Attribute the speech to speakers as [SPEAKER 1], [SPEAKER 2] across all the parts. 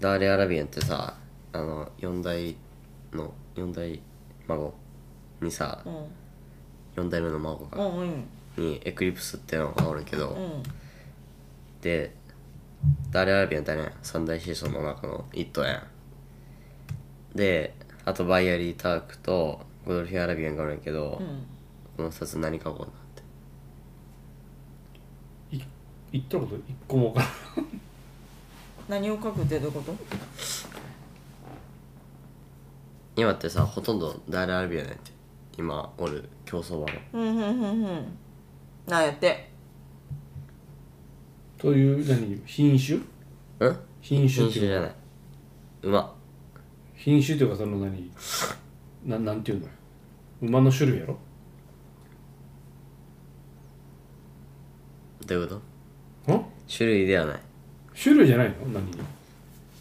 [SPEAKER 1] ーレ・アラビアンってさあの4代の4代孫にさ
[SPEAKER 2] うん
[SPEAKER 1] 4代目の孫
[SPEAKER 2] う
[SPEAKER 1] が
[SPEAKER 2] んうん
[SPEAKER 1] にエクリプスってのがおるけど、
[SPEAKER 2] うん
[SPEAKER 1] でダーレ・アラビアンってね三大シーソーの中の一頭やんであとバイアリー・タークとゴドルフィア・アラビアンがおるんやけど、
[SPEAKER 2] うん
[SPEAKER 1] この2つ何かこうなって
[SPEAKER 3] い言ったこと一個も分からん
[SPEAKER 2] 何を書くってどういうこと
[SPEAKER 1] 今ってさほとんどダーレ・アラビアンやって今おる競争馬の
[SPEAKER 2] うんうんうんうんなんやって
[SPEAKER 3] という何品種
[SPEAKER 1] うん品
[SPEAKER 3] 品種
[SPEAKER 1] 種
[SPEAKER 3] ってい
[SPEAKER 1] じ
[SPEAKER 3] う
[SPEAKER 1] ゃ
[SPEAKER 3] か
[SPEAKER 1] ない馬
[SPEAKER 3] 品種っていうかその何ななんていうのよ馬の種類やろ
[SPEAKER 1] どういうこと
[SPEAKER 3] ん
[SPEAKER 1] 種類ではない
[SPEAKER 3] 種類じゃないの何に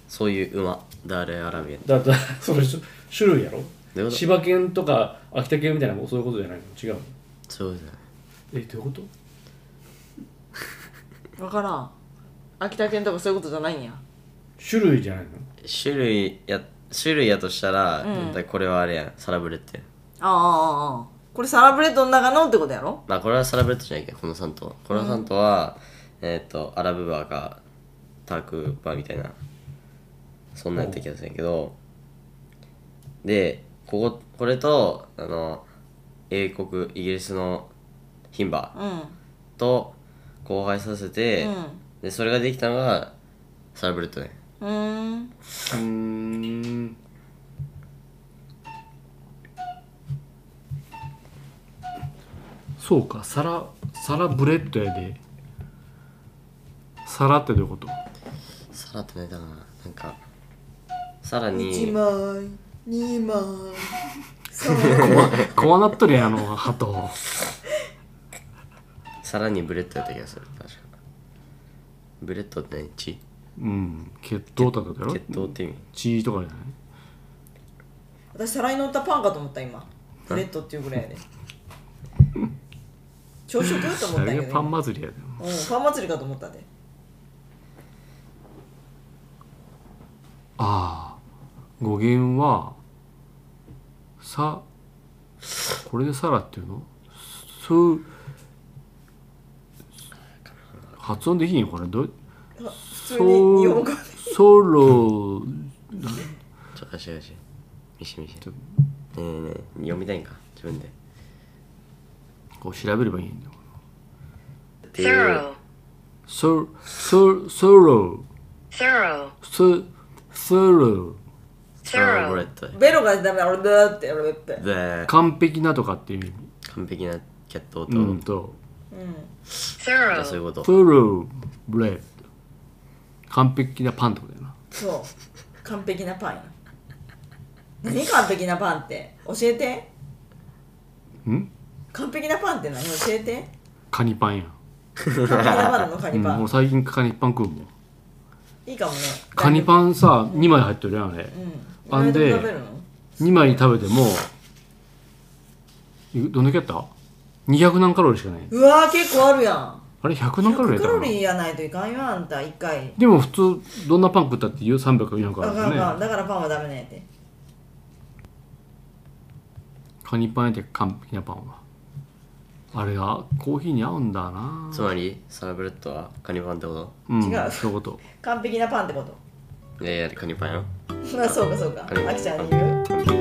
[SPEAKER 1] そういう馬ダーレ・アラビアン
[SPEAKER 3] だだそれし種類やろ
[SPEAKER 1] どういうこと
[SPEAKER 3] 千葉県とか秋田県みたいなそういうことじゃないの違うの
[SPEAKER 1] そうじゃない
[SPEAKER 3] えどういうこと
[SPEAKER 2] わからん秋田県とかそういうことじゃないんや
[SPEAKER 3] 種類じゃないの
[SPEAKER 1] 種類や種類やとしたら、
[SPEAKER 2] うん
[SPEAKER 1] だこれはあれやんサラブレッドやん
[SPEAKER 2] ああああああこれサラブレッドの中のってことやろ
[SPEAKER 1] まあこれはサラブレッドじゃないけどこの3頭この3頭は、えーっ、とアラブバーかタークバーみたいなそんなんやった気がするんやけどでこここれとあの英国イギリスの牝馬
[SPEAKER 2] うん
[SPEAKER 1] と交配させて、でそれができたのがサラブレッドね
[SPEAKER 2] うんうーん
[SPEAKER 3] うーんそうかサラサラブレッドやでサラってどういうこと
[SPEAKER 1] サラって何だろうななんかさらに
[SPEAKER 2] 1枚2枚
[SPEAKER 3] こわなっとるやんあの鳩
[SPEAKER 1] さらにブレッドやった気がする確かブレッドって何血
[SPEAKER 3] うん血糖高だろ
[SPEAKER 1] 血糖って意味
[SPEAKER 3] 血とかじゃない
[SPEAKER 2] 私皿に乗ったパンかと思った今ブレッドっていうぐらいやで朝食と思ったんや
[SPEAKER 3] あれ
[SPEAKER 2] けど
[SPEAKER 3] がパ
[SPEAKER 2] 今
[SPEAKER 3] ン祭りやで
[SPEAKER 2] うん、パン祭りかと思ったで
[SPEAKER 3] ああ語源はさこれでサラっていうのそう発音できんよこれどう
[SPEAKER 2] 普通に日
[SPEAKER 3] そ
[SPEAKER 2] 本
[SPEAKER 3] う
[SPEAKER 2] 語
[SPEAKER 3] ソロ
[SPEAKER 1] ちょっと足がしミシミシねえねえねえ読みたいんか自分で
[SPEAKER 3] こう調べればいいんだよ
[SPEAKER 1] っていう
[SPEAKER 3] ソソソロ
[SPEAKER 4] thorough,
[SPEAKER 3] ソソロ
[SPEAKER 1] サラブレッド
[SPEAKER 2] ベロがダメだ俺だって俺だって
[SPEAKER 1] で
[SPEAKER 3] 完璧なとかっていう意味
[SPEAKER 1] 完璧な血糖と、
[SPEAKER 3] うんと
[SPEAKER 1] あ
[SPEAKER 4] thorough,
[SPEAKER 1] そういうこと
[SPEAKER 3] ソロブレッド完璧なパンってことやな
[SPEAKER 2] そう完璧なパンや何完璧なパンって教えて
[SPEAKER 3] ん
[SPEAKER 2] 完璧なパンって何教えて
[SPEAKER 3] カニパンやん
[SPEAKER 2] 完璧なパンなのカニパ
[SPEAKER 3] うん、
[SPEAKER 2] ン
[SPEAKER 3] 俺最近カニパン食うもん
[SPEAKER 2] いいかもね
[SPEAKER 3] カニパンさ2枚入ってるやんあれ
[SPEAKER 2] うん
[SPEAKER 3] パンで
[SPEAKER 2] どうやって食べるの
[SPEAKER 3] 2枚食べてもいどんだけやった200何カロリーしかないう
[SPEAKER 2] わー結構あるやん
[SPEAKER 3] あれ100何カロリ
[SPEAKER 2] 100カ
[SPEAKER 3] ーやった
[SPEAKER 2] ロ
[SPEAKER 3] か
[SPEAKER 2] リ
[SPEAKER 3] な
[SPEAKER 2] ーやないといかんよあんた一回
[SPEAKER 3] でも普通どんなパン食ったって言う300 400
[SPEAKER 2] だ
[SPEAKER 3] カロ
[SPEAKER 2] から
[SPEAKER 3] リー
[SPEAKER 2] パ
[SPEAKER 3] だ
[SPEAKER 2] ン
[SPEAKER 3] ね
[SPEAKER 2] だからパンはダメなんやて
[SPEAKER 3] カニパンやって完璧なパンはあれがコーヒーに合うんだな
[SPEAKER 1] つまりサラブレッドはカニパンってこ
[SPEAKER 3] うん
[SPEAKER 2] 違う
[SPEAKER 3] そういうこと
[SPEAKER 2] 完璧なパンってこと
[SPEAKER 1] といやいやカニパンやろ
[SPEAKER 2] まあそうかそうか
[SPEAKER 1] カニパン
[SPEAKER 2] あきちゃんに言う
[SPEAKER 1] 完璧